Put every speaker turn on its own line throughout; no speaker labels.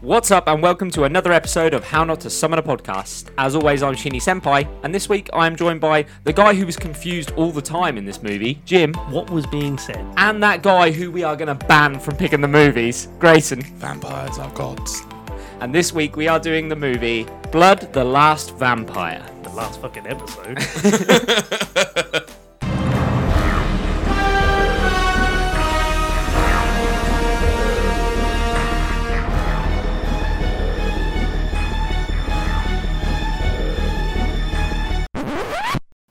What's up, and welcome to another episode of How Not to Summon a Podcast. As always, I'm Shinny Senpai, and this week I am joined by the guy who was confused all the time in this movie, Jim,
What was being said?
and that guy who we are going to ban from picking the movies, Grayson.
Vampires are gods.
And this week we are doing the movie Blood the Last Vampire.
The last fucking episode.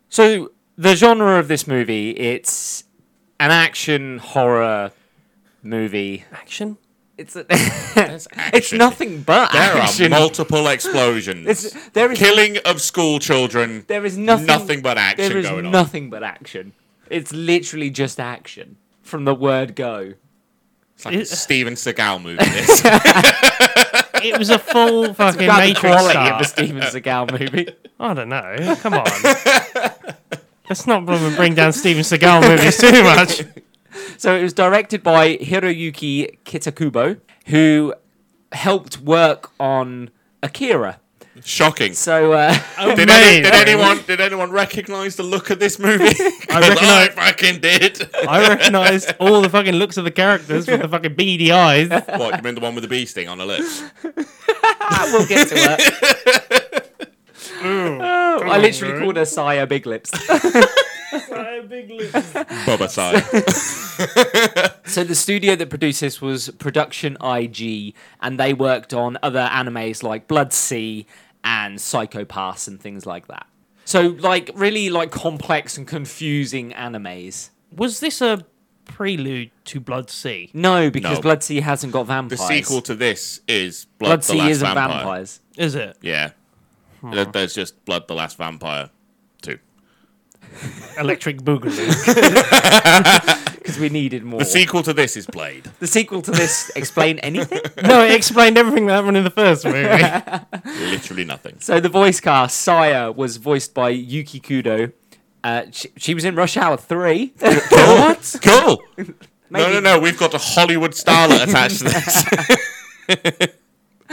So, the genre of this movie, it's an action horror movie.
Action?
It's a, it's
action.
nothing but
There
action.
are multiple explosions.
It's- there is
Killing of school children.
There is nothing.
Nothing but action
There is
going on.
nothing but action. It's literally just action from the word go.
It's like a
It-
Steven Seagal movie. This.
It was a full fucking
About the
Matrix
quality
star.
of a Steven Seagal movie.
I don't know. Come on. Let's not blooming bring down Steven Seagal movies too much.
so it was directed by Hiroyuki Kitakubo, who helped work on Akira.
Shocking.
So uh,
Did, any,
Amazing.
did anyone did anyone recognise the look of this movie? 'Cause I
recognise-
fucking did.
I recognised all the fucking looks of the characters with the fucking beady eyes.
what you mean the one with the bee sting on her lips?
we'll get to it. Oh, I literally called her Saya Big Lips.
Bubba side.
So the studio that produced this was Production IG, and they worked on other animes like Blood Sea and Psychopaths and things like that. So like really like complex and confusing animes.
Was this a prelude to Blood Sea?
No, because
No.
Blood Sea hasn't got
The
vampires.
sequel to this is Blood,
Blood
the
Sea
Last
isn't
Vampire.
vampires.
Is it?
Yeah. There- There's just Blood the Last Vampire too.
Electric Boogaloo.
Because we needed more.
The sequel to this is Blade.
the sequel to this explain anything?
no, it explained everything that happened in the first movie.
Literally nothing.
So the voice cast, Saya, was voiced by Yuki Kudo. Uh, she, she was in Rush Hour 3.
what? Cool. No,
Maybe-
no, no. We've got a Hollywood starlet attached to this.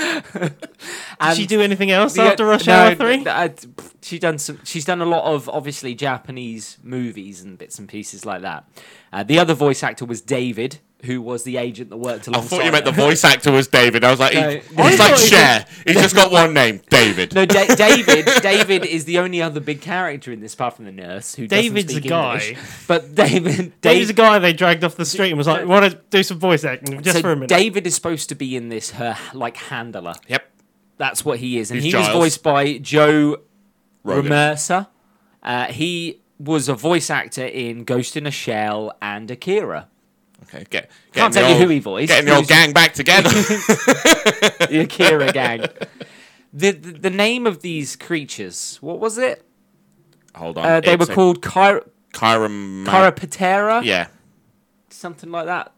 Did she do anything else
The-
after Rush
no,
Hour 3?
uh, pff, she done some, she's done a lot of obviously Japanese movies and bits and pieces like that. Uh, the other voice actor was David, who was the agent that worked
I
alongside.
thought you meant the
her.
voice actor was David. I was like, he,
No. I
he's like
thought he
Cher. He's just got one name, David.
No, da- David. David is the only other big character in this, apart from the nurse who doesn't
David's
speak
a guy.
English. But David,
Dave's a
David,
guy they dragged off the street and was like, want to do some voice acting just
so
for a minute.
David is supposed to be in this her like handler.
Yep.
That's what he is, and
He's
he was
Giles.
voiced by Joe
Rogan.
Mercer. Uh, he was a voice actor in Ghost in a Shell and Akira.
Okay. Get, getting
Can't
the
tell you
old-
who he voiced.
Getting the old
Who's-
gang back together.
the Akira gang. The, the the name of these creatures, what was it?
Hold on.
Uh, they were
it's a
called Chiro-
Chiron.
Chiroptera,
yeah.
something like that.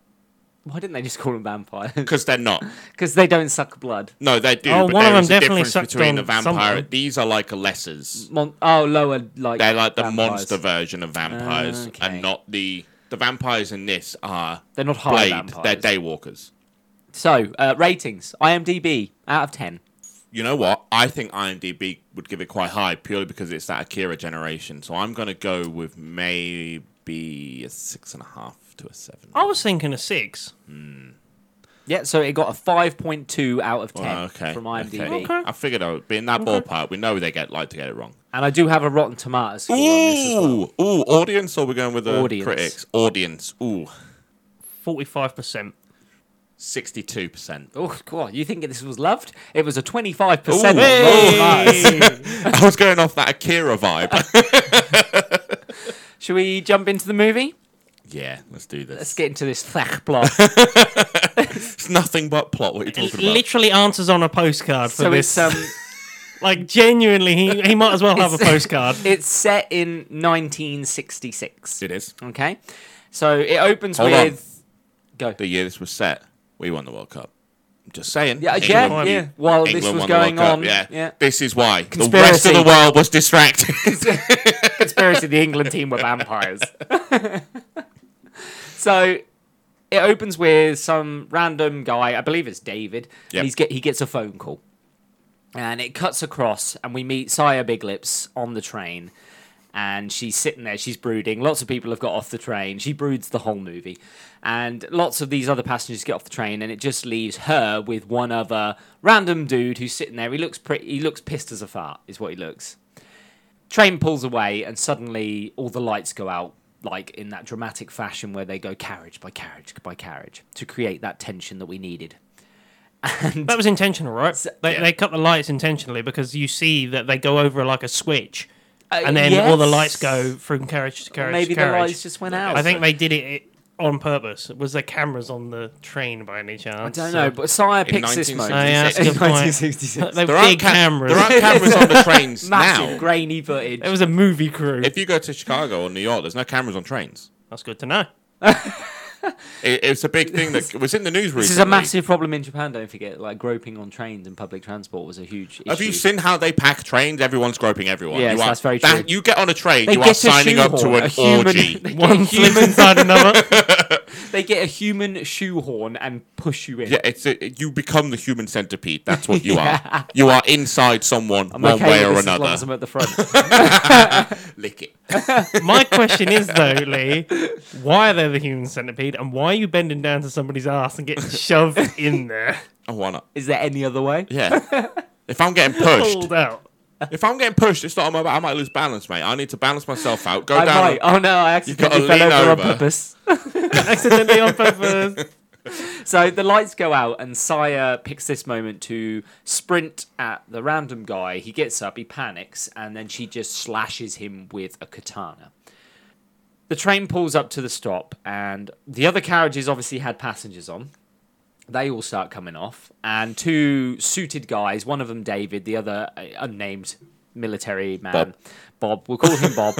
Why didn't they just call them vampires?
Because they're not.
Because they don't suck blood.
No, they do.
Oh,
but
one of
there
them
is a
definitely
difference
sucked
between
on
a vampire.
someone.
These are like a lessers.
Mon- oh, lower like
They're like the
vampires.
monster version of vampires,
okay.
and not the the vampires in this are
They're not high
blade.
vampires.
They're daywalkers.
so uh, ratings: IMDb out of ten.
you know what? I think IMDb would give it quite high purely because it's that Akira generation. So I'm going to go with maybe a six and a half to a seven.
I was thinking a six.
Yeah, so it got a five point two out of ten
Oh, okay.
from IMDb,
okay.
Okay.
I figured I would be in that ballpark. We know they get like to get it wrong.
and I do have a Rotten Tomatoes score
Ooh,
on this as well.
ooh, audience, or we're going with the
Audience.
critics? Audience, ooh,
45%.
62%.
Oh god, you think this was loved? It was a twenty-five
Ooh.
percent.
I was going off that Akira vibe.
Should we jump into the movie?
yeah, let's do this.
Let's get into this flach plot.
It's nothing but plot. What are you talking about?
Literally answers on a postcard for
so
this.
it's um,
uh, like, genuinely, he, he might as well have a
It's- uh,
postcard.
it's set in 1966.
it is.
Okay, so it opens
Hold on.
with go.
The year this was set, we won the World Cup. I'm just saying.
Yeah,
England
yeah,
England-
yeah. While this
England
was
won the World
going
Cup,
on,
yeah.
yeah.
This is why the
Conspiracy.
rest of the world was distracted.
conspiracy the England team were vampires. so it opens with some random guy, I believe it's David,
Yep.
and he's get he gets a phone call, and it cuts across, and we meet Saya Big Lips on the train, and she's sitting there, she's brooding. Lots of people have got off the train. She broods the whole movie, and lots of these other passengers get off the train, and it just leaves her with one other random dude who's sitting there. He looks pretty, he looks pissed as a fart, is what he looks train pulls away and suddenly all the lights go out like in that dramatic fashion where they go carriage by carriage by carriage to create that tension that we needed
That was intentional, right? They,
yeah.
they cut the lights intentionally because you see that they go over like a switch,
Uh,
and then all the
yes.
lights go from carriage to carriage.
maybe
to carriage.
the lights just went out
I think they did it it on purpose. Was there cameras on the train by any chance?
i don't know but sire picks this moment
1966.
Oh, yeah,
In 1966.
that's a good point. They
There
were
aren't,
big
ca-
cameras.
there aren't cameras on the trains
massive
now.
grainy footage
It was a movie crew.
If you go to Chicago or New York, there's no cameras on trains.
That's good to know.
It, it's a big thing that was in the news recently.
this is a massive problem in japan don't forget like groping on trains and public transport was a huge issue
Have you seen how they pack trains? Everyone's groping everyone.
Yes,
you are,
that's very true.
you get on a train,
They
you
get to
are signing up to
shoehorn
an
a human-
orgy.
They get a
One
human-
flips inside another.
they get a human shoehorn and push you in
Yeah, it's a, you become the human centipede. That's what you are. You are inside someone
I'm
one
okay
way
with
or
this as long
another.
as i'm at the front
Lick it.
My question is though, Lee, why are they the human centipede, and why are you bending down to somebody's ass and getting shoved in there,
Oh, why not?
is there any other way
Yeah. if I'm getting pushed,
pulled out?
if I'm getting pushed, it's not on my back. I might lose balance, mate. I need to balance myself out. Go
I
down.
might. Oh no, I
gotta
accidentally fell
lean
over, on
over.
purpose.
Accidentally on purpose.
So the lights go out, and Saya picks this moment to sprint at the random guy. He gets up, he panics, and then she just slashes him with a katana. The train pulls up to the stop, and the other carriages obviously had passengers on. They all start coming off, and two suited guys, one of them David, the other uh, unnamed military man,
Bob.
Bob we'll call him Bob.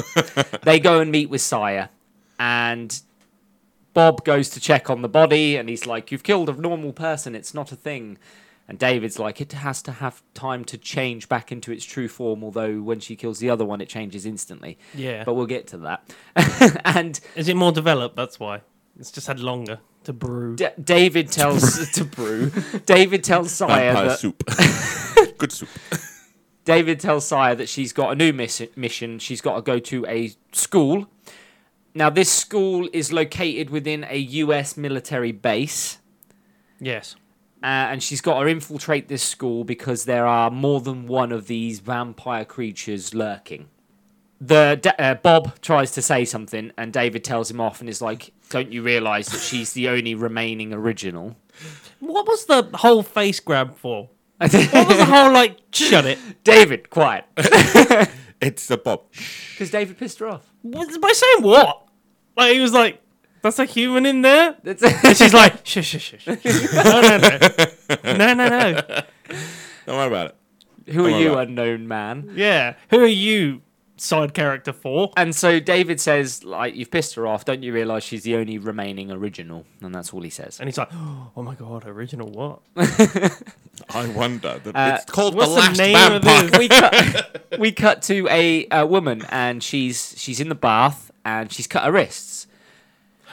they go and meet with Saya, and Bob goes to check on the body and he's like, You've killed a normal person, it's not a thing. And David's like, It has to have time to change back into its true form, although when she kills the other one, it changes instantly.
Yeah.
But we'll get to that. and
Is it more developed? That's why. It's just had longer to brew.
D- David tells to brew. David tells Saya
Vampire
that
soup. Good soup.
David tells Saya that she's got a new miss- mission. She's got to go to a school. Now, this school is located within a US military base.
Yes.
uh, and she's got to infiltrate this school because there are more than one of these vampire creatures lurking. The D- uh, Bob tries to say something, and David tells him off and is like, "Don't you realise that she's the only remaining original?"
What was the whole face grab for? What was the whole like? Shut it.
David, quiet,
It's a bob.
because David pissed her off.
What, by saying what? Like he was like, "That's a human in there."
That's
And she's like, "Shush, shush, shush." No, no, no, no, no, no.
Don't worry about it.
Who
Oh,
are you,
right.
unknown man?
Yeah. Who are you, side character for?
And so David says, "Like you've pissed her off. Don't you realise she's the only remaining original?" And that's all he says.
And he's like, "Oh my god, original what?"
I wonder. The,
Uh,
it's called
What's
the
the
last
name of
vampire.
this?
we cut we cut to a, uh woman and she's she's in the bath and she's cut her wrists.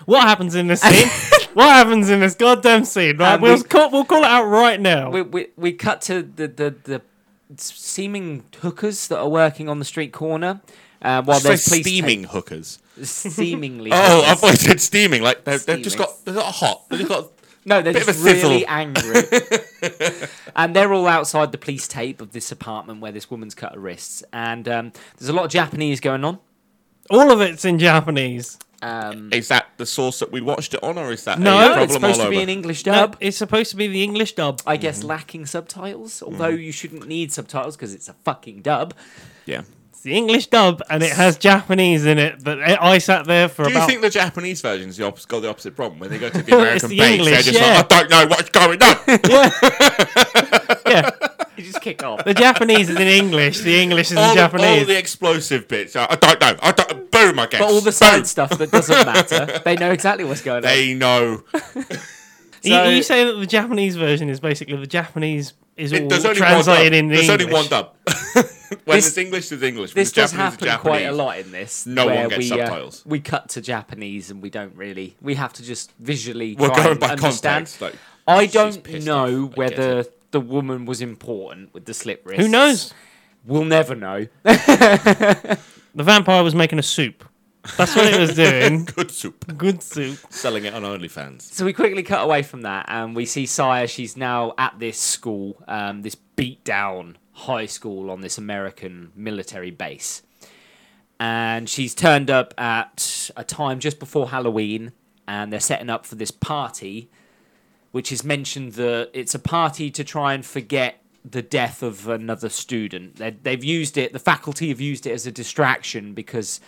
What happens in this scene? what happens in this goddamn scene? Right,
Um,
And
we'll,
we-
call, we'll call it out right now.
We we, we cut to the, the the seeming hookers that are working on the street corner. Uh, while
Say
there's police ta-
steaming hookers.
seemingly.
Oh, I
hookers.
thought it said steaming. Like they've, they've just
Steaming.
got they've got hot. They've just got
no, they're
bit of
just
a sizzle.
really angry, and they're all outside the police tape of this apartment where this woman's cut her wrists. And um, there's a lot of Japanese going on.
All of it's in Japanese.
Um,
Is that the source that we watched it on, or is that
No,
a
it's
no, it's
problem
supposed
all
to be
over? Mm-hmm.
an English
No,
dub.
it's supposed to be the English dub.
I guess lacking subtitles, although you shouldn't need subtitles because it's a fucking dub.
yeah.
It's the English dub, and it has Japanese in it. But I I sat there for
Do you
about.
think the Japanese versions the opposite, got the opposite problem when they go to the American
the
base?
English,
they're just
yeah.
like, I don't know what's going on.
yeah,
You just kick off.
the Japanese is in English. The English is
all,
in
the- all
Japanese.
the explosive bits. I I don't know. I don't. Boom. I guess.
But all the
Boom.
side stuff that doesn't matter, they know exactly what's going on.
They know.
You-
So-
you, say that the Japanese version is basically the Japanese is all
There's only one dub.
translated in
There's
English.
only one dub. when
This-
it's English, it's English. When
This
it's
does
Japanese, it's
happen quite a
Japanese.
lot in this.
No one
where we,
gets
uh,
subtitles.
we cut to Japanese and we don't really. We have to just visually.
We're
try
going
and
by
understand.
context, like,
I
she's
don't
pissed
know
off, I get
whether the woman was important with the slip wrist.
Who knows?
We'll never know.
The vampire was making a soup. That's what it was doing.
Good soup.
Good soup.
Selling it on OnlyFans.
so we quickly cut away from that and we see Saya. She's now at this school, um, this beat down high school on this American military base. And she's turned up at a time just before Halloween and they're setting up for this party, which is mentioned that it's a party to try and forget the death of another student. they they've used it, the faculty have used it as a distraction because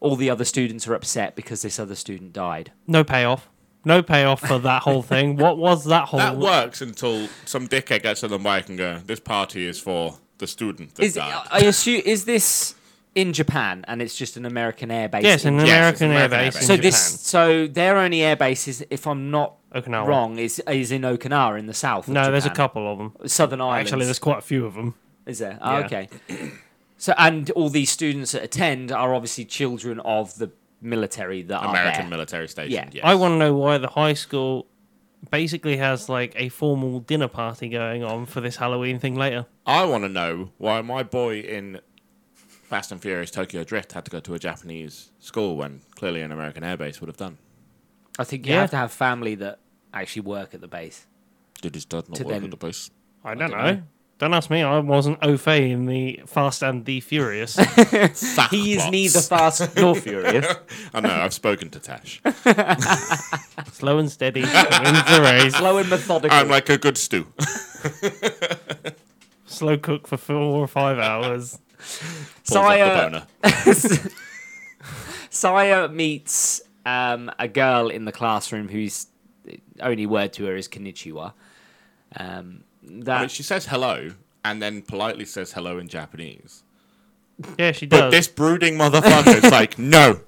all the other students are upset because this other student died.
No payoff. No payoff for that whole thing. What was that whole?
That works until some dickhead gets on the mic and go, "This party is for the student that
Is uh,
died."
I assume is this in Japan and it's just an American airbase?
yes, an
in-
Yes, it's
American
an American
airbase.
airbase.
in
so
Japan.
this so their only airbase is, if I'm not
Okinawa.
wrong, is is in Okinawa in the south. of
No, there's a
Japan.
couple of them.
Southern Islands.
Actually, there's quite a few of them.
is there? Oh,
yeah.
okay. So and all these students that attend are obviously children of the military that
American
are there.
military station.
Yeah.
yes.
I want to know why the high school basically has like a formal dinner party going on for this Halloween thing later.
I want to know why my boy in Fast and Furious Tokyo Drift had to go to a Japanese school when clearly an American airbase would have done.
I think you
Yeah.
have to have family that actually work at the base.
Did his dad not
To
work
them.
at the base?
I don't,
don't
know.
know.
Don't ask me. I wasn't au fait in the Fast and the Furious.
Sack
He is
plots.
neither fast nor furious.
I know. I've spoken to Tash.
Slow and steady wins the race.
Slow and methodical.
I'm like a good stew.
Slow cook for four or five hours.
Pulls up the
Sire-
boner.
Saya meets um, a girl in the classroom whose only word to her is "konnichiwa." Um, that
I mean, she says hello and then politely says hello in Japanese.
Yeah, she
But
does.
this brooding motherfucker is like, no,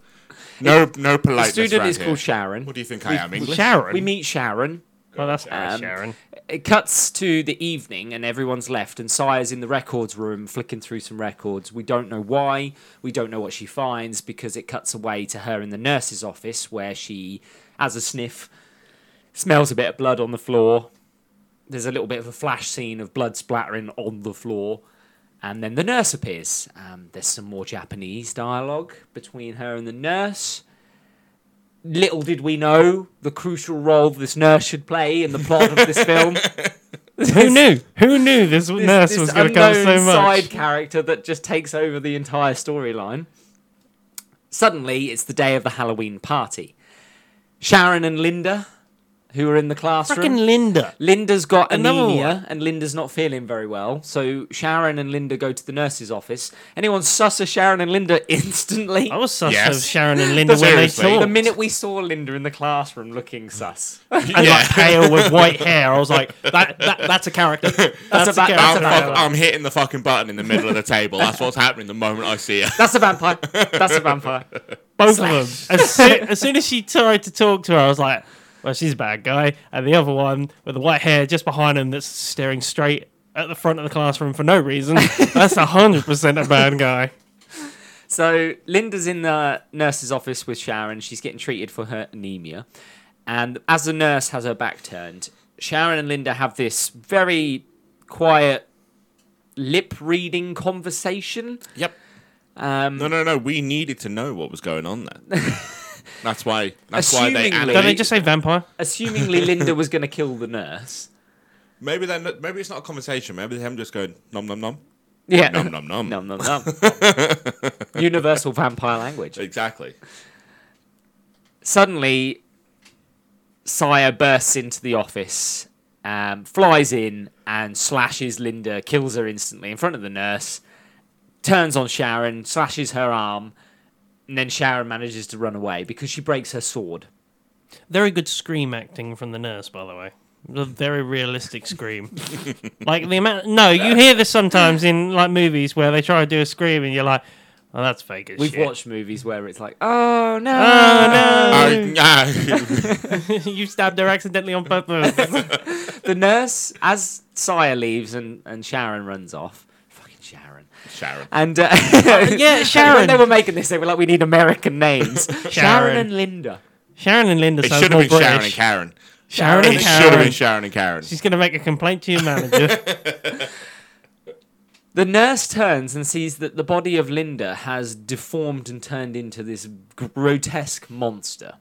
no, no
the
politeness.
student
round
is
here.
called Sharon.
What do you think I am, English?
Sharon.
We meet Sharon.
well, that's not
Um,
Sharon.
It cuts to the evening and everyone's left, and Saya's in the records room flicking through some records. We don't know why. We don't know what she finds because it cuts away to her in the nurse's office where she has a sniff, smells a bit of blood on the floor. There's a little bit of a flash scene of blood splattering on the floor. And then the nurse appears. Um, there's some more Japanese dialogue between her and the nurse. Little did we know the crucial role this nurse should play in the plot of this film.
Who knew? Who knew this, nurse was going to come so much?
unknown side character that just takes over the entire storyline. Suddenly, it's the day of the Halloween party. Sharon and Linda, who are in the classroom.
Frickin' Linda.
Linda's got
Another
anemia and Linda's not feeling very well. So Sharon and Linda go to the nurse's office. Anyone sus of Sharon and Linda instantly?
I was sus of
Yes.
Sharon and Linda when they
Seriously.
talked.
the minute we saw Linda in the classroom looking sus.
and
Yeah.
like pale with white hair. I was like, that, that that's a character. That's,
a ba-
a
that's
character.
a
I'm, I'm hitting the fucking button in the middle of the table. That's what's happening the moment I see her.
That's a vampire. That's a vampire.
Both of them. As, soo- as soon as she tried to talk to her, I was like, well, she's a bad guy. And the other one with the white hair just behind him that's staring straight at the front of the classroom for no reason. That's a 100% a bad guy.
So Linda's in the nurse's office with Sharon. She's getting treated for her anemia. And as the nurse has her back turned, Sharon and Linda have this very quiet lip reading conversation.
Yep.
Um,
No, no, no. We needed to know what was going on there. that's why. That's why they.
Assumingly-
Don't they
animate-
just say vampire?
assumingly Linda was going to kill the nurse.
Maybe they're not, Maybe it's not a conversation. Maybe they're just going nom nom nom
Yeah.
nom nom nom.
Nom, nom, nom. Universal vampire language.
Exactly.
Suddenly, Saya bursts into the office, um, flies in, and slashes Linda, kills her instantly in front of the nurse, turns on Sharon, slashes her arm, and then Sharon manages to run away because she breaks her sword.
Very good scream acting from the nurse, by the way. A very realistic scream. like the amount. No, you hear this sometimes in like movies where they try to do a scream and you're like, Oh, that's fake as
We've
shit.
watched movies where it's like, oh no,
Oh,
Uh, yeah.
you stabbed her accidentally on purpose.
the nurse as Sire leaves and and Sharon runs off. Fucking Sharon.
Sharon.
And uh,
yeah,
When
Sharon.
they were making this, they were like, we need American names. Sharon.
Sharon.
and Linda.
Sharon and Linda.
It
sounds
should have
more
been Sharon and
British.
Karen.
Sharon
It
and
should have been
Karen.
Sharon and Karen.
She's gonna make a complaint to your manager.
The nurse turns and sees that the body of Linda has deformed and turned into this grotesque monster.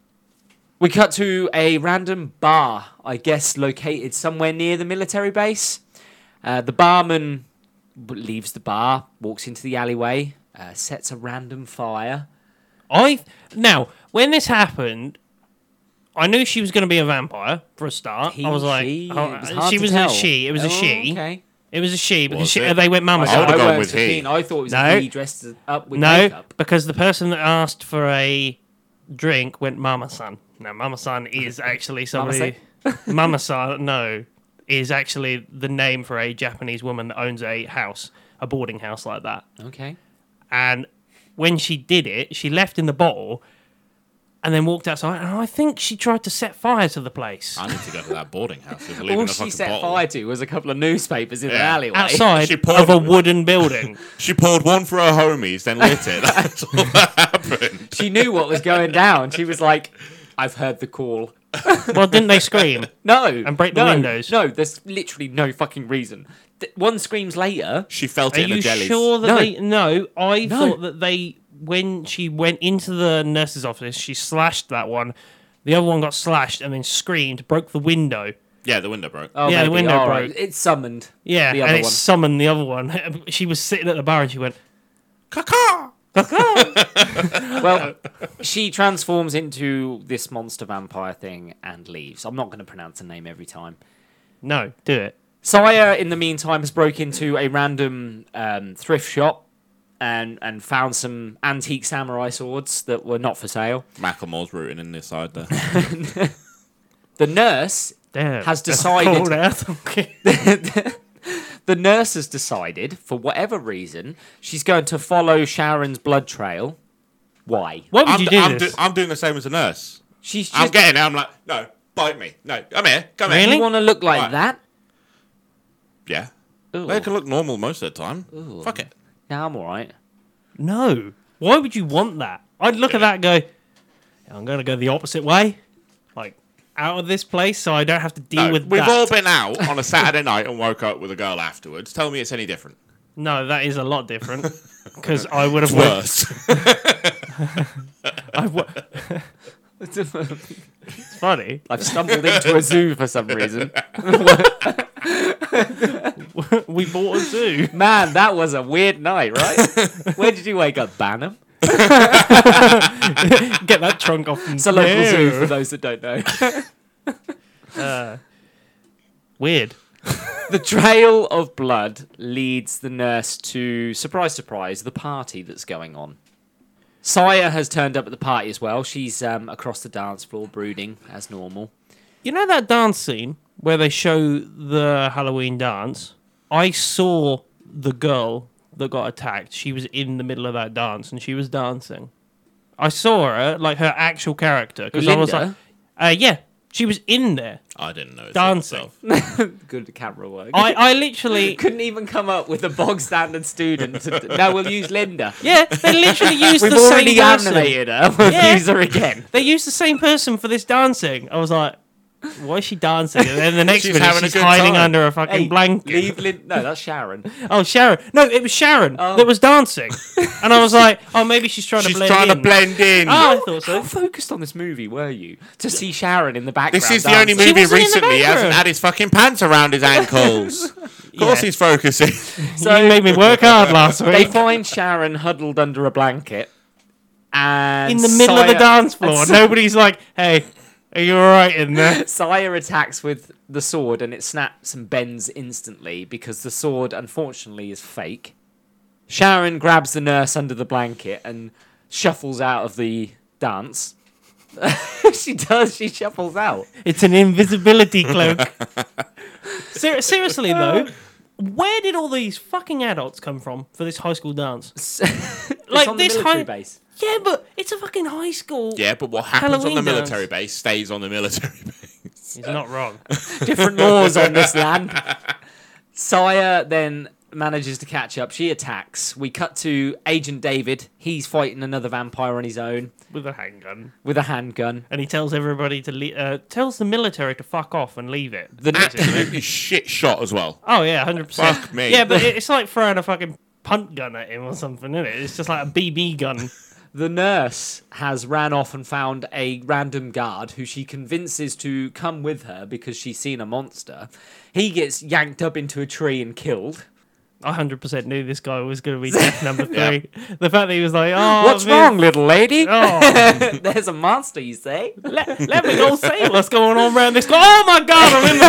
We cut to a random bar, I guess located somewhere near the military base. Uh, the barman b- leaves the bar, walks into the alleyway, uh, sets a random fire.
I now when this happened. I knew she was going to be a vampire for a start.
He,
I was like,
she,
oh,
it was hard
she
to
was
tell.
a she. It was
Oh,
a she.
Okay.
It was a she because
Was
she,
it?
they went mama.
I would've
I
gone
weren't
with
so
he.
keen. I thought it was
No.
he dressed up with
No,
makeup.
because the person that asked for a drink went Mama San. Now Mama San is actually somebody. Mama San, no, is actually the name for a Japanese woman that owns a house, a boarding house like that.
Okay.
And when she did it, she left in the bottle. And then walked outside, and I think she tried to set fire to the place
I need to go to that boarding house. If we're leaving
All
a
she
fucking
set
bottle.
fire to was a couple of newspapers in an
Yeah.
alleyway.
outside
She poured-
of a wooden building.
She poured one for her homies, then lit it. That's all that happened.
She knew what was going down. She was like, I've heard the call.
well, didn't they scream?
No.
And break the
no,
windows.
No, there's literally no fucking reason. Th- one screams later.
She felt
Are
it in
you
her jellies.
sure that
No.
they? No, I
No.
thought that they when she went into the nurse's office, she slashed that one. The other one got slashed and then screamed, broke the window.
Yeah, the window broke.
Oh,
Yeah, the
maybe.
window
All right.
broke.
It's summoned.
Yeah,
The
and
other
it
one.
summoned the other one. she was sitting at the bar and she went,
Caca!
Well, she transforms into this monster vampire thing and leaves. I'm not going to pronounce her name every time.
"No, do it."
Saya, in the meantime, has broke into a random um, thrift shop and and found some antique samurai swords that were not for sale.
Macklemore's rooting in this side there.
The nurse
Damn,
Has
that's
decided-
called out. Okay.
the nurse has decided, for whatever reason, she's going to follow Sharon's blood trail. Why?
Why would
I'm,
you do
I'm,
this?
I'm doing the same as the nurse.
She's
I'm
just.
getting it. I'm like, no, bite me. No, come here. Come here.
Really?
You want to look like
Why?
that?
Yeah.
Ooh.
They can look normal most of the time. Fuck it.
Yeah, I'm all right.
no, why would you want that? I'd look at that and go, "I'm going to go the opposite way, like out of this place, so I don't have to deal
No,
with
we've
that."
all been out on a Saturday night and woke up with a girl afterwards. Tell me it's any different.
No, that is a lot different because I would have worked.
Worse.
I w- it's funny.
I've stumbled into a zoo for some reason.
We bought a zoo.
Man, that was a weird night, right? Where did you wake up, Banham?
Get that trunk off.
It's a local zoo for those that don't know.
Uh, Weird.
the trail of blood leads the nurse to surprise surprise the party that's going on saya has turned up at the party as well she's um, across the dance floor brooding as normal
You know that dance scene where they show the Halloween dance? I saw the girl that got attacked. She was in the middle of that dance and she was dancing. I saw her, like her actual character. Because I was like,
Linda?
uh, yeah, she was in there.
I didn't know.
Dancing.
good camera work
I, I literally.
couldn't even come up with a bog standard student to, now we'll use linda
Yeah, they literally used
we've
the same
already
person.
animated her we'll
Yeah.
use her again
they used the same person for this dancing. I was like, why is she dancing? And then the next
She's
minute
having a
she's
good
hiding
time.
under a fucking
Hey,
blanket.
leave Lin- no that's sharon
Oh, Sharon. No, it was Sharon
Oh.
that was dancing. and I was like, oh, maybe she's trying
She's
to blend
trying
in.
to blend in.
Oh, I thought
how
so.
focused on this movie were you to see sharon in the background
This is the only
dancing?
She
movie
wasn't in the
recently he hasn't
background.
had his fucking pants around his ankles. of course
Yeah.
he's focusing.
you made me work hard last
They
week.
find Sharon huddled under a blanket, and
In the middle of the
Saya-
dance floor. Nobody's like, hey, are you all right in there?
Saya attacks with the sword, and it snaps and bends instantly because the sword, unfortunately, is fake. Sharon grabs the nurse under the blanket and shuffles out of the dance. she does. She shuffles out.
It's an invisibility cloak. Ser- seriously, though, where did all these fucking adults come from for this high school dance?
it's
Like
on the
this
military
high-
base.
Yeah, but it's a fucking high school.
Yeah, but what happens on the
Halloween
military
dance.
base stays on the military base.
He's not wrong.
Different laws on this land. Saya then manages to catch up. She attacks. We cut to Agent David. He's fighting another vampire on his own
With a handgun.
with a handgun.
And he tells everybody to le- uh, tells the military to fuck off and leave it.
The next
Absolutely shit shot as well.
Oh yeah, hundred percent.
Fuck me.
Yeah, but it- it's like throwing a fucking punt gun at him or something, isn't it? It's just like a BB gun.
The nurse has ran off and found a random guard who she convinces to come with her because she's seen a monster. He gets yanked up into a tree and killed.
I hundred percent knew this guy was going to be death number three. The fact that he was like, "Oh,
What's
this-
wrong, little lady?
Oh,
There's a monster, you say?
let, let me go see what's going on around this. guy. Oh my god, I'm in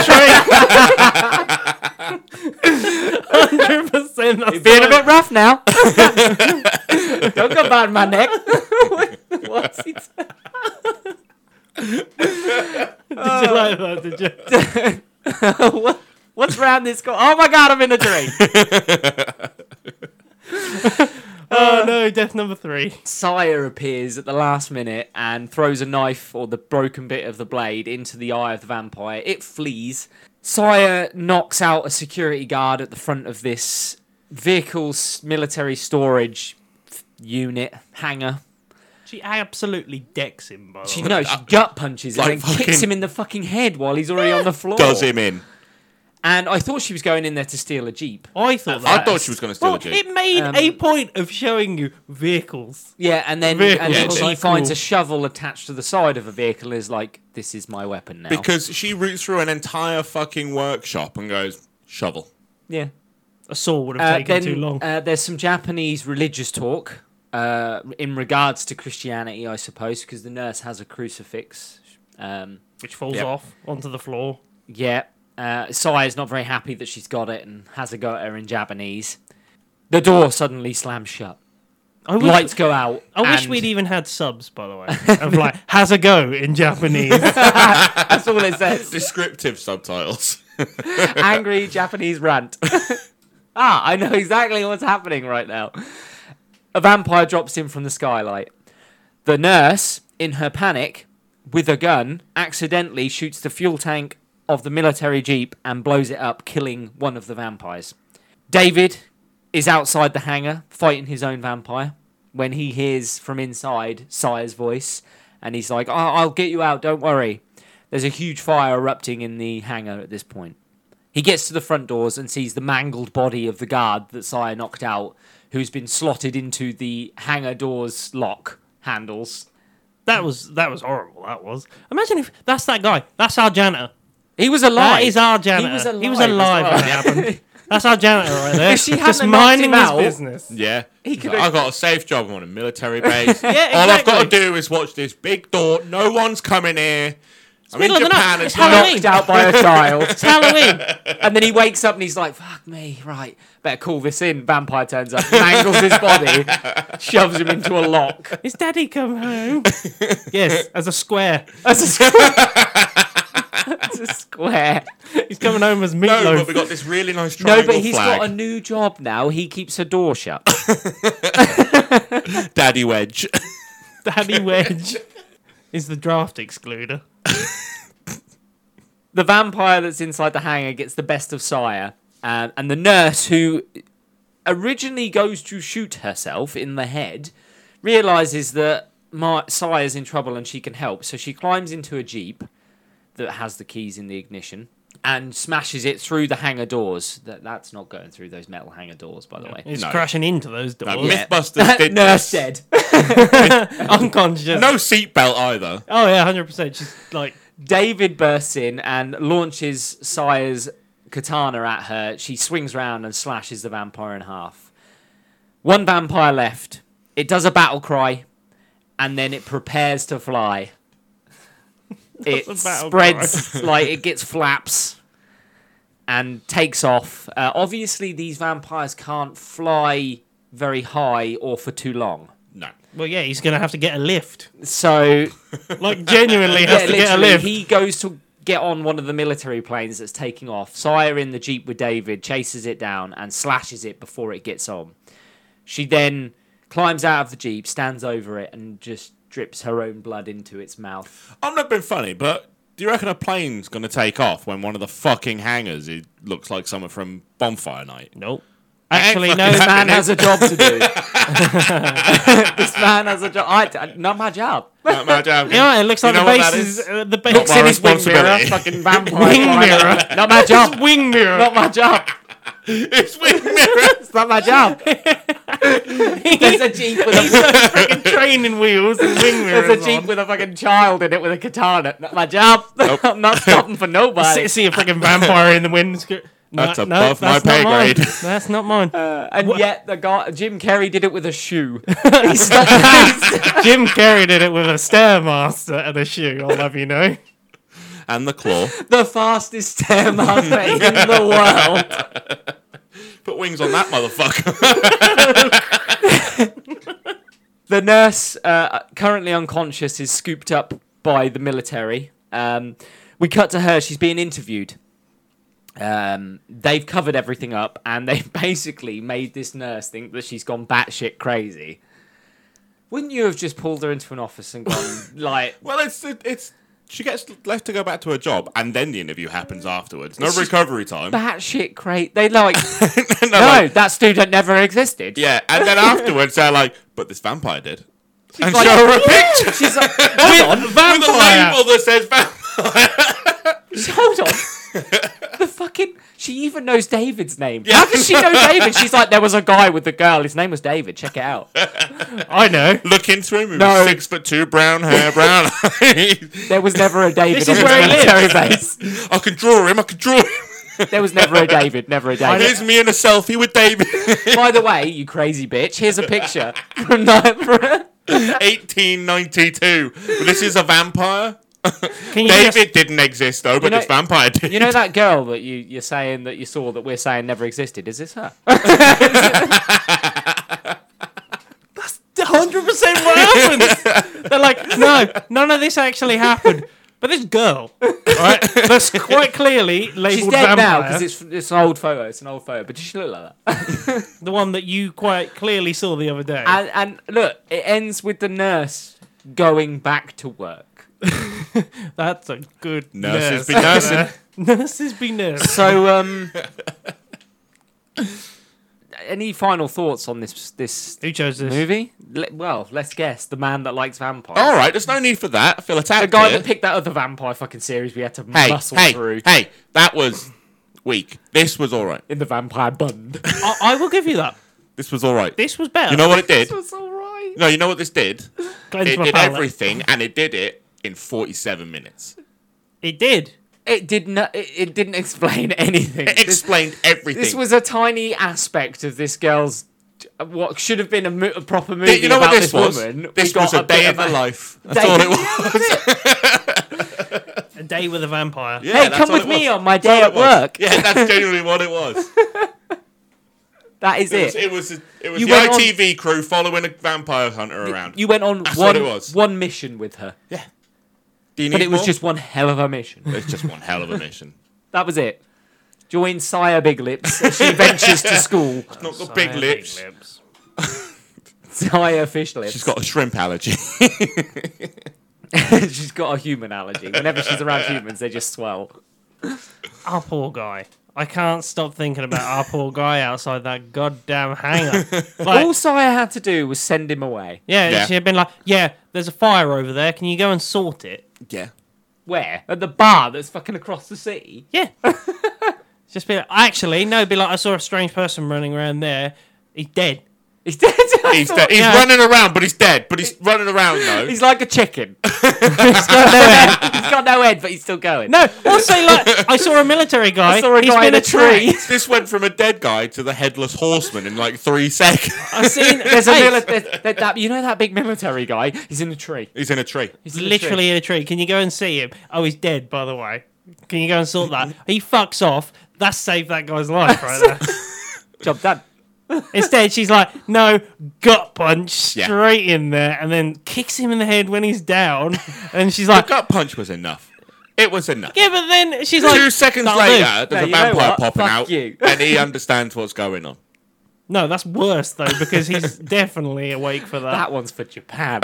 the tree. Hundred percent.
You're being a bit rough now. Don't go biting my neck. What- What's he t-
Did you like that? Did you?
What- What's round this corner? Oh my god, I'm in a tree.
Oh no, death number three.
Sire appears at the last minute and throws a knife or the broken bit of the blade into the eye of the vampire. It flees. Sire knocks out a security guard at the front of this vehicle's military storage f- unit hangar.
She absolutely decks him. By the
She
way.
no, she gut punches him
Like
and kicks
fucking-
him in the fucking head while he's already on the floor.
Does him in.
And I thought she was going in there to steal a jeep.
I thought
I
that.
thought she was going to steal
Well,
a jeep.
it made
Um,
a point of showing you vehicles.
Yeah, and then
Vehicle.
and
Yeah,
she
like,
finds
cool.
a shovel attached to the side of a vehicle. Is like, this is my weapon now.
Because she roots through an entire fucking workshop and goes, shovel.
yeah.
A saw would have
Uh,
taken
then
too long.
Uh, there's some Japanese religious talk uh, in regards to Christianity, I suppose, because the nurse has a crucifix. Um,
which falls
Yep.
off onto the floor.
yeah, uh, Saya's not very happy that she's got it and has a go at her in Japanese. The door suddenly slams shut.
I wish,
Lights go out.
I wish
and
we'd even had subs, by the way, of like "has a go" in Japanese.
That's all it says.
Descriptive subtitles.
Angry Japanese rant. ah, I know exactly what's happening right now. A vampire drops in from the skylight. The nurse, in her panic, with a gun, accidentally shoots the fuel tank of the military jeep and blows it up, killing one of the vampires. David is outside the hangar fighting his own vampire when he hears from inside Sire's voice and he's like, "I- I'll get you out, don't worry. There's a huge fire erupting in the hangar at this point. He gets to the front doors and sees the mangled body of the guard that Sire knocked out, who's been slotted into the hangar door's lock handles.
that was that was horrible. That was. Imagine if that's that guy. That's our janitor.
He was alive.
That is our janitor.
He was alive.
alive when
as
it
well.
happened. That's our janitor right there.
If she hadn't
just
knocked
minding
him
his
out-
business.
Yeah.
He
He's
could
like,
have-
I got a safe job. I'm on a military base.
Yeah,
All I've got to
exactly.
do is watch this big door. No one's coming here. I'm in
middle of the
Japan.
night. It's
It's
Halloween.
not.
Knocked out by a child.
It's Halloween.
And then he wakes up and he's like, fuck me, right, better call this in. Vampire turns up, mangles his body, shoves him into a lock.
Is Daddy come home? yes, as a square.
That's a square. That's a square.
He's coming home as
No,
meatloaf.
but we got this really nice
No,
triangle
but he's
flag.
got a new job now. He keeps a door shut.
Daddy wedge.
Daddy Wedge is the draft excluder.
the vampire that's inside the hangar gets the best of Sire, um, and the nurse who originally goes to shoot herself in the head realizes that Mar- Sire's in trouble and she can help, so she climbs into a jeep that has the keys in the ignition and smashes it through the hangar doors. That that's not going through those metal hangar doors, by the way.
He's
No.
crashing into those doors.
Yeah. Mythbusters did
nurse dead.
this.
Unconscious.
no seatbelt either.
Oh yeah, hundred percent. She's like,
David bursts in and launches Sire's katana at her. She swings round and slashes the vampire in half. One vampire left. It does a battle cry, and then it prepares to fly. It
a battle
spreads like it gets flaps and takes off. Uh, obviously, these vampires can't fly very high or for too long.
No.
well, yeah, he's gonna have to get a lift.
So
Like, genuinely has
yeah,
to get a
literally,
lift.
he goes to get on one of the military planes that's taking off. Sire in the jeep with David chases it down and slashes it before it gets on. She then climbs out of the jeep, stands over it, and just drips her own blood into its mouth.
I'm not being funny, but do you reckon a plane's going to take off when one of the fucking hangars it looks like someone from Bonfire Night?
Nope.
ain't
Actually, no.
fucking
This
happening.
man has a job to do. this man has a job. I, not my job.
Not my job.
Yeah, it looks
You
like
know
the
what
base
that
is,
is?
uh, the
Not
base
my
in his wing mirror.
responsibility.
Fucking vampire.
Wing
flying
mirror.
around. Not my job.
It's wing mirror.
Not my job.
It's wing mirror.
It's not my job. There's a jeep with a,
Freaking training wheels and wing mirrors.
there's a jeep with a fucking child in it with a katana. Not my job. I'm not stopping for nobody.
See, see a freaking vampire in the wind. No,
That's above my pay
not mine.
grade.
That's not mine.
and yet the guy Jim Carrey did it with a shoe. he stuck
Jim Carrey did it with a stairmaster and a shoe. I'll have you know.
and the claw.
the fastest stairmaster in the world.
Put wings on that motherfucker.
The nurse, uh, currently unconscious, is scooped up by the military. Um, we cut to her. She's being interviewed. Um, they've covered everything up, and they've basically made this nurse think that she's gone batshit crazy. Wouldn't you have just pulled her into an office and gone like?
well, it's it's she gets left to go back to her job, and then the interview happens afterwards. No recovery time.
batshit crazy. They like,
And
no,
they're like,
that student never existed.
yeah, and then afterwards they're like, but this vampire did. and
like-
show her a picture
She's like, hold on,
with a label that says vampire.
hold on. The fucking, she even knows David's name.
Yeah.
How does she know David? She's like, there was a guy with the girl. His name was David. Check it out.
I know.
Look into him. He was
No.
six foot two, brown hair, brown eyes.
There was never a David.
This
on
is
the
where he
military base.
I can draw him. I can draw him.
There was never a David. Never a David.
Here's me in a selfie with David.
By the way, you crazy bitch. Here's a picture from Nightmare.
1892. But this is a vampire.
Can you
David
just-
didn't exist though, but
know-
this vampire did.
You know that girl that you, you're saying that you saw that we're saying never existed? Is this her?
100% what happens. They're like, no, none of this actually happened. But this girl, right? That's quite clearly labeled
She's dead now
vampire.
because it's, it's an old photo. It's an old photo. But does she look like that?
the one that you quite clearly saw the other day.
And, and look, it ends with the nurse going back to work.
That's a good
Nurses
nurse.
be nursing.
nurses be nurse.
So, um, any final thoughts on this this
Who chose this?
movie? Le- well, let's guess the man that likes vampires.
All right, there's no need for that. I feel attacked.
the guy
here.
that picked that other vampire fucking series we had to
hey,
muscle
hey,
through
hey, that was weak. This was all right.
in the vampire bund.
I, I will give you that.
This was all right.
This was better.
You know what it did?
That's all right.
No, you know what this did?
Cleanse
It
my
did
palate.
everything, and it did it in 47 minutes.
It did.
It did not. It, it didn't explain anything.
It
This-
explained everything.
This was a tiny aspect of this girl's what should have been a, mo- a proper movie.
you know
about
what this, was?
Woman. We
This
got
was a
bit
day in the
a-
life. That's
Day-
all it was.
Yeah, that's it.
A day with a vampire.
Yeah,
Hey,
that's
come
all
with
it was.
me on my
That's
day
all
at
it was.
work.
Yeah, that's genuinely what it was.
That is
It was,
it.
it was, it was
You
the
went on-
ITV crew following a vampire hunter around.
You went on
what
one
it was.
one mission with her,
Do you need
but it was
more?
just one hell of a mission.
It's just one hell of a mission.
That was it. Join Sire Big Lips as she ventures to school.
Not got big lips.
Sire Fish Lips.
She's got a shrimp allergy.
she's got a human allergy. Whenever she's around humans, they just swell.
Our poor guy. I can't stop thinking about our poor guy outside that goddamn hangar. Like,
All Sire had to do was send him away.
yeah,
Yeah.
she'd been like, yeah, there's a fire over there. Can you go and sort it?
yeah.
Where? At the bar that's fucking across the city.
Yeah. Just be like, actually, no, be like, I saw a strange person running around there. He's dead.
He's dead. I
He's,
thought-
dead. he's
yeah.
running around, but he's dead. But he's running around though.
He's like a chicken. he's got no head. He's got no head, but he's still going.
No, also, like, I saw a military guy.
I saw a
He's
guy
been
in a tree.
attacked.
this went from a dead guy to the headless horseman in like three seconds.
I've seen.
There's a
Hey,
mili- there's- that, that, you know that big military guy? He's in a tree.
he's in a tree.
He's in a tree.
literally in a tree. Can you go and see him? Oh, he's dead, by the way. Can you go and sort that? He fucks off. That saved that guy's life right there.
job done.
Instead, she's like, no, gut punch
Yeah.
straight in there, and then kicks him in the head when he's down. And she's like,
Gut punch was enough. It was enough.
Yeah, but then she's like
uh, Two seconds
"That'll do."
later, there's
No,
a
you know
vampire
what?
popping
Fuck
out,
you.
and he understands what's going on.
No, that's worse though because he's definitely awake for that.
That one's for Japan.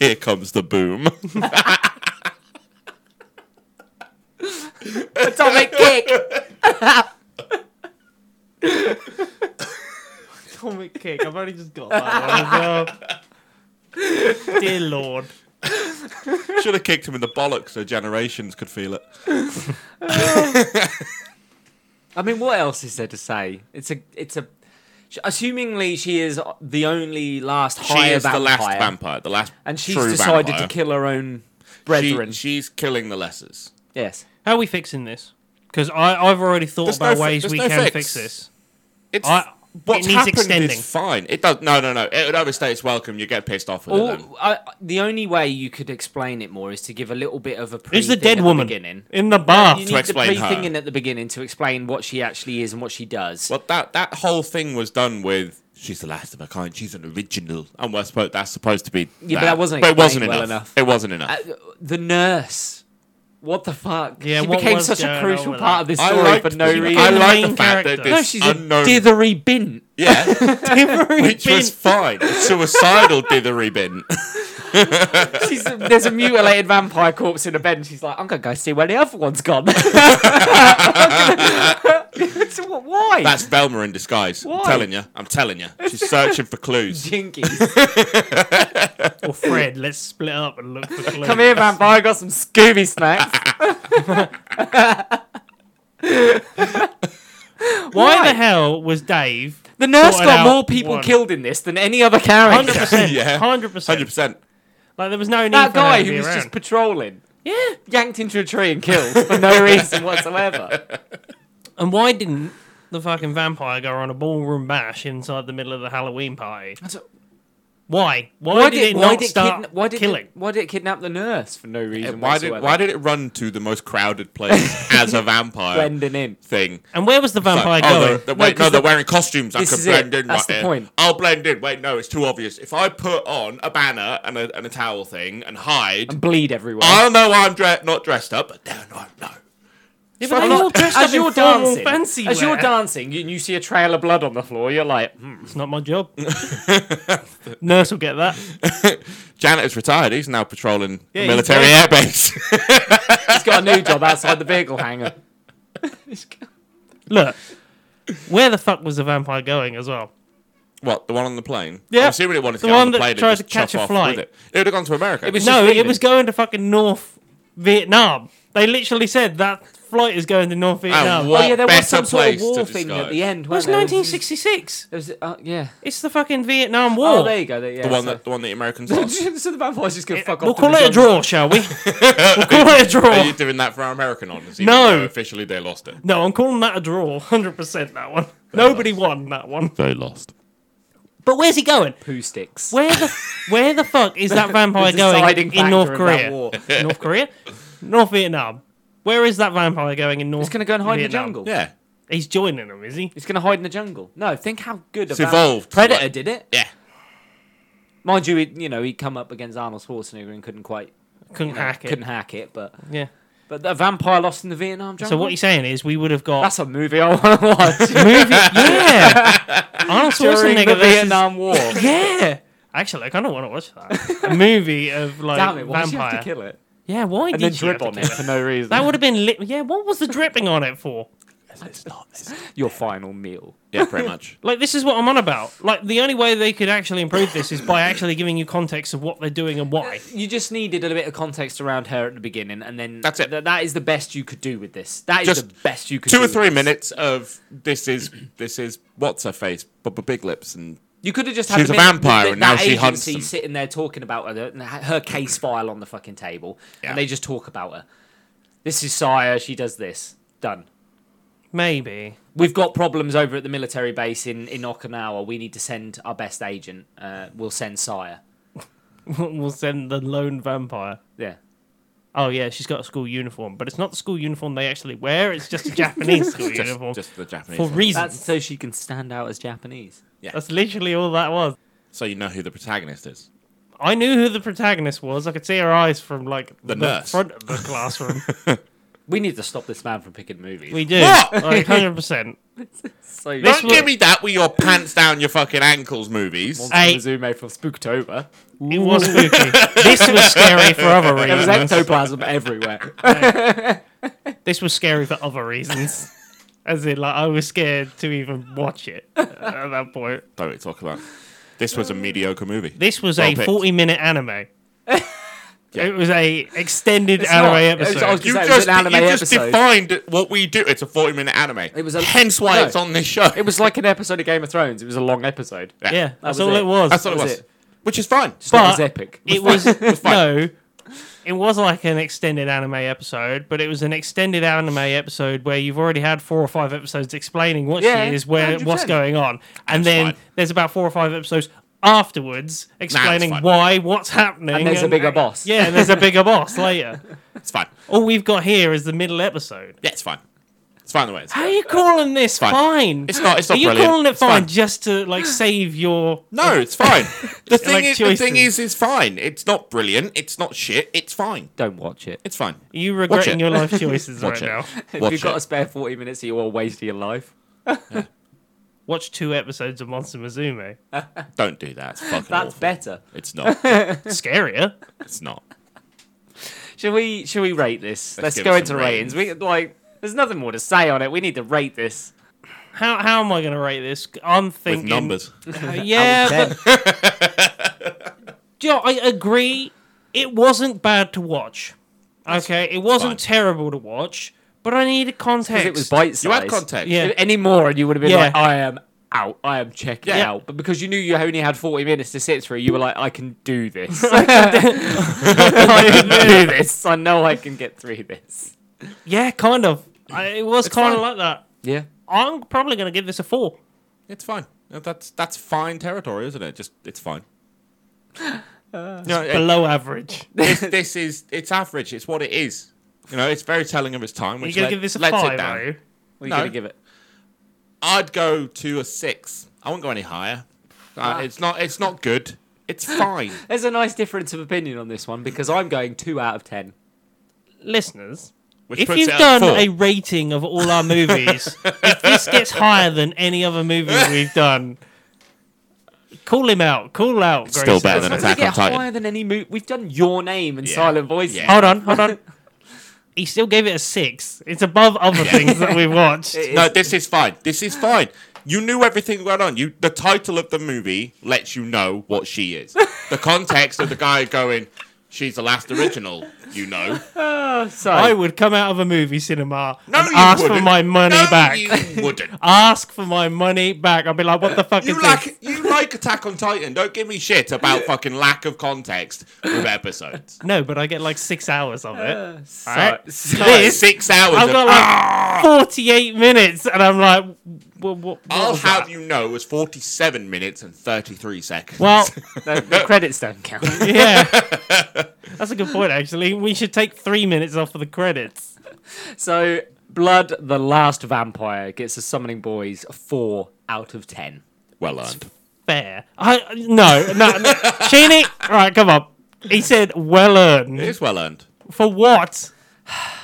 Here comes the boom.
Atomic kick.
Atomic kick. I've only just got that one as well. Dear Lord.
Should have kicked him in the bollocks so generations could feel it.
I mean, what else is there to say? It's a, it's a. sh- Assumingly, she is the only last
She
higher
is
vampire,
the last vampire, the last
and she's
true
decided
vampire.
to kill her own
She-
brethren.
she's killing the lessers.
yes,
How are we fixing this? Because I've already thought
There's
about
no fi-
ways
there's
we
no
can
fix.
fix this.
It's
I-
what's
it needs
happened
extending.
is fine. It does no no no. It would overstay its welcome. You get pissed off with it. Then.
Or, I, the only way you could explain it more is to give a little bit of a pre
Who's the
thing at
dead woman
beginning.
in the bath?
You
To
need
explain
the pre
her.
thing in at the beginning to explain what she actually is and what she does.
Well, that that whole thing was done with. She's the last of her kind. She's an original, and we're supposed that's supposed to be.
Yeah, but that wasn't
But it wasn't
explained well enough.
enough. It wasn't enough.
Uh, the nurse. What the fuck?
Yeah,
she
what
became
was
such
going
a
on
crucial
with
part of
that?
this story for
liked-
no reason.
I
The
like the
main
fact that
character.
this
no, she's
unknown.
a dithery bint.
yeah, which
Bint.
was fine. Suicidal dithery bin.
She's there's a mutilated vampire corpse in a bed, and she's like, "I'm gonna go see where the other one's gone." so what, why?
That's Velma in disguise.
Why?
I'm telling you. I'm telling you. She's searching for clues.
Jinkies.
Or Fred, let's split up and look for clues.
Come here, vampire. I got some Scooby snacks.
Why
Right.
the hell was Dave?
The nurse
Sorted
got
out
more people
one.
killed in this than any other character.
Hundred percent.
Yeah.
Hundred
Hundred
percent.
percent.
Like there was no need
That
for her
guy
to
who
be
was
around.
just patrolling
yeah.
yanked into a tree and killed for no reason whatsoever.
And why didn't the fucking vampire go on a ballroom bash inside the middle of the Halloween party? Why? Why, did, it not start
kidna- why did
killing?
It, why did it kidnap the nurse for no reason?
Why did
whatsoever?
Why did it run to the most crowded place as a vampire
blending in?
thing?
and where was the
Like,
vampire
oh,
going?
they're- they're- wait,
'cause
no, they're
the-
wearing costumes. I
this
can
is it.
blend in
That's
right
the
here.
point.
I'll blend in. Wait, no, it's too obvious. If I put on a banner and a, and a towel thing and hide,
Bleed everywhere.
I'll know I'm dre- not dressed up, but they'll not know.
Yeah,
I'm
but
not-
they all dressed up
as
in
you're
formal
dancing,
fancy
as you're
wear.
dancing, and you see a trail of blood on the floor, you're like, hmm,
It's not my job. Nurse will get that.
Janitor's retired. He's now patrolling
he's
the military airbase.
he's got a new job outside the vehicle hangar.
Look, where the fuck was the vampire going as well?
what, the one on the plane? Oh,
Yeah.
I'm assuming it wanted to
The
get
one
on the
that
plane and
tried to
just
catch
chop
a
off
flight.
with it. It would have gone to America.
It was
No,
just
it was
leaving.
going to fucking North Vietnam. They literally said that flight is going to North Vietnam.
what-
Oh yeah, there was
better
some sort of
place to
war thing
disguise.
at the end.
It was
wasn't there? It was
1966.
It was, uh, yeah.
It's the fucking Vietnam War.
Oh, there you go. There, yeah,
the one
so-
that the one that the Americans lost.
so the vampire's just gonna fuck off.
we'll
to
call
the
it a
jungle.
draw, shall we? we'll call it a
Are
draw.
you doing that for our American honours? even
Oh. No.
though Officially, they lost it.
No, I'm calling that a draw. 100% that one. Nobody won that one.
They lost.
But where's he going?
Poo sticks.
Where the where the fuck is that
Oh,
vampire
deciding
going in
factor
North
of that
Korea?
war.
North Korea? North Vietnam. Where is that vampire going in North?
He's gonna go and hide in the
Vietnam?
jungle.
Yeah.
He's joining them, is he?
He's gonna hide in the jungle. No, think how good
It's
a vamp-
evolved.
Predator
Like-
did it.
Yeah.
Mind you, he, you know he come up against Arnold Schwarzenegger and couldn't quite
Couldn't hack it.
couldn't hack it, but
Yeah.
but the vampire lost in the Vietnam jungle.
So what you're saying is we would have got
That's a movie I want to watch.
movie. Yeah. Arnold
During the
Schwarzenegger versus
Vietnam War.
Yeah. Actually, I kind of want to watch that. A movie of like
Damn it, why did you
vampire.
have to kill it?
yeah, why
And
did
then
you
drip
have to
on
kill
it for no reason.
That would have been lit. Yeah, what was the dripping on it for?
It's not.
Your final meal.
Yeah, pretty much.
Like this is what I'm on about. Like the only way they could actually improve this is by actually giving you context of what they're doing and why.
You just needed a little bit of context around her at the beginning, and then
That's it.
th- that is the best you could do with this. That is
Just
the best you could.
two
do
or
with
three
this.
minutes of this is this is what's her face, but big lips, and
You could have just had
She's
the
a
bit-
vampire
the-
and now
that
she hunts
agency
them.
sitting there talking about her, her case file on the fucking table,
Yeah.
and they just talk about her. This is Sire. She does this. Done.
Maybe.
We've got problems over at the military base in, in Okinawa. We need to send our best agent. Uh, we'll send Sire.
we'll send the lone vampire.
Yeah.
Oh yeah, she's got a school uniform, but it's not the school uniform they actually wear. It's just a Japanese school
just,
uniform
just the Japanese.
for
one.
reasons.
That's
That's,
so she can stand out as Japanese.
yeah.
literally all that was.
So you know who the protagonist is.
I knew who the protagonist was. I could see her eyes from like
The nurse.
front of the classroom.
We need to stop this man from picking movies.
we do,
What?
like hundred percent.
so
Don't
was-
give me that with your pants down your fucking ankles movies.
Hey.
Mizume from Spooktober.
It was spooky. this was scary for other
There was
reasons.
ectoplasm everywhere.
This was scary for other reasons. As in, like, I was scared to even watch it at that point.
Don't really talk about. it. This was a mediocre movie.
This was
Well
a
picked.
forty-minute anime. It was a extended anime
not. It's-
episode.
I was-
You
It was
just,
an
you
anime
just
episode.
defined what we do. It's a 40 minute anime.
It was a-
Hence why
No.
it's on this show.
It was like an episode of Game of Thrones. It was a long episode.
yeah, that's
was
all
it.
it, was.
That's what it
was
was.
it.
Which is fine.
It's not
But-
as epic.
It was no. It was like an extended anime episode, but it was an extended anime episode where you've already had four or five episodes explaining what
Yeah,
she is, where what's
100%.
going on, and
That's
then
fine.
there's about four or five episodes exafterwards explaining
fine.
why, what's happening,
And there's a bigger boss.
Yeah, and there's a bigger boss later.
It's fine.
All we've got here is the middle episode.
Yeah, it's fine. It's fine the way it's.
How are you calling this
fine.
fine?
It's not- it's
Are
not
you
brilliant.
calling it
It's fine.
fine just to like save your?
No, it's fine. The thing
Like
is, the thing
choices.
is, it's fine. It's not brilliant. It's not shit. It's fine.
Don't watch it.
It's fine.
Are you regretting
it.
your life choices
Watch
right now?
it.
if
Watch
you've got a
it.
spare 40 minutes that you all waste of your life,
Watch two episodes of Monster Mizume.
Don't do that. It's fucking
that's
awful.
better.
It's not.
Scarier.
It's not.
Should we should we rate this? Let's,
Let's give
go
it
into
some
ratings. We like there's nothing more to say on it. We need to rate this.
How how am I going to rate this? I'm
With
thinking
numbers.
Uh, yeah, but, Do you know, I agree. It wasn't bad to watch. Okay, it wasn't
fine.
terrible to watch, but I needed context.
it was bite sized.
You had context.
Yeah.
Any more and you would have been
Yeah.
like, I am out. I am checking
Yeah.
out. But because you knew you only had 40 minutes to sit through, you were like, I can do this. I can do this. I know I can get through this.
yeah, kind of. I, it was kind of like
fine.
that.
Yeah.
I'm probably going to give this a four.
It's fine. No, That's that's fine territory, isn't it? Just it's fine.
Uh,
no, it-
Below average.
this, this is it's average. It's what it is. You know, it's very telling of its time.
You're
Which
going
let-
to give this a
lets it
five,
down.
are you?
What are you
No.
going to give it?
I'd go to a six. I won't go any higher. Uh, It's not. It's not good. It's fine.
There's a nice difference of opinion on this one because I'm going 2 out of 10.
Listeners,
Which
if
puts
you've
it at
done
four.
a rating of all our movies, if this gets higher than any other movie we've done, call him out. Call out. Grayson.
still better than
Does
Attack
it
on
get
Titan.
higher than any mo- We've done Your Name and
Yeah.
Silent Voice.
Yeah.
Hold on, hold on. He still gave it a six. It's above other things that we've watched.
no, this is fine. This is fine. You knew everything going on. You the title of the movie lets you know what she is. The context of the guy going, "She's the last original." You know.
So,
I would come out of a movie cinema
No,
and
you
ask
wouldn't.
for my money
no,
back.
You wouldn't.
Ask for my money back. I'd be like, what the fuck
You
is
like you like Attack on Titan. Don't give me shit about fucking lack of context with episodes.
this? No, but I get like six hours of it.
so,
Alright.
so-
This six hours.
I've
of,
got, like,
"Ah!"
48 minutes, and I'm like, what, what,
I'll
was
have
that?
you know, it was forty-seven minutes and thirty-three seconds.
Well,
the, the credits don't count.
yeah. That's a good point, actually. We should take three minutes off of the credits.
So, Blood the Last Vampire gets the Summoning Boys 4 out of 10.
well earned.
Fair. I, no, no. no. Sheeny, right, come on. He said, well earned.
It is well earned.
For what?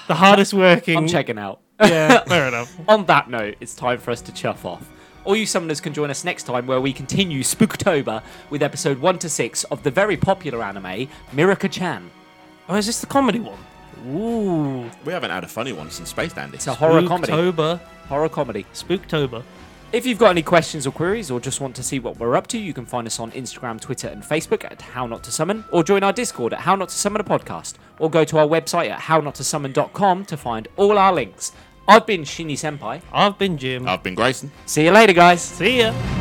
The hardest working.
I'm checking out.
Yeah, fair enough.
On that note, it's time for us to chuff off. All you summoners can join us next time where we continue Spooktober with episode 1 to 6 of the very popular anime Miraka Chan.
Oh, is this the comedy one? Ooh,
We haven't had a funny one since Space Dandy.
It's a horror comedy.
Spooktober.
Horror comedy.
Spooktober.
If you've got any questions or queries or just want to see what we're up to, you can find us on Instagram, Twitter, and Facebook at How Not to Summon, or join our Discord at How Not to Summon a Podcast, or go to our website at hownottosummon.com to find all our links. I've been Shinny Senpai.
I've been Jim.
Oh. I've been Grayson.
See you later, guys.
See ya.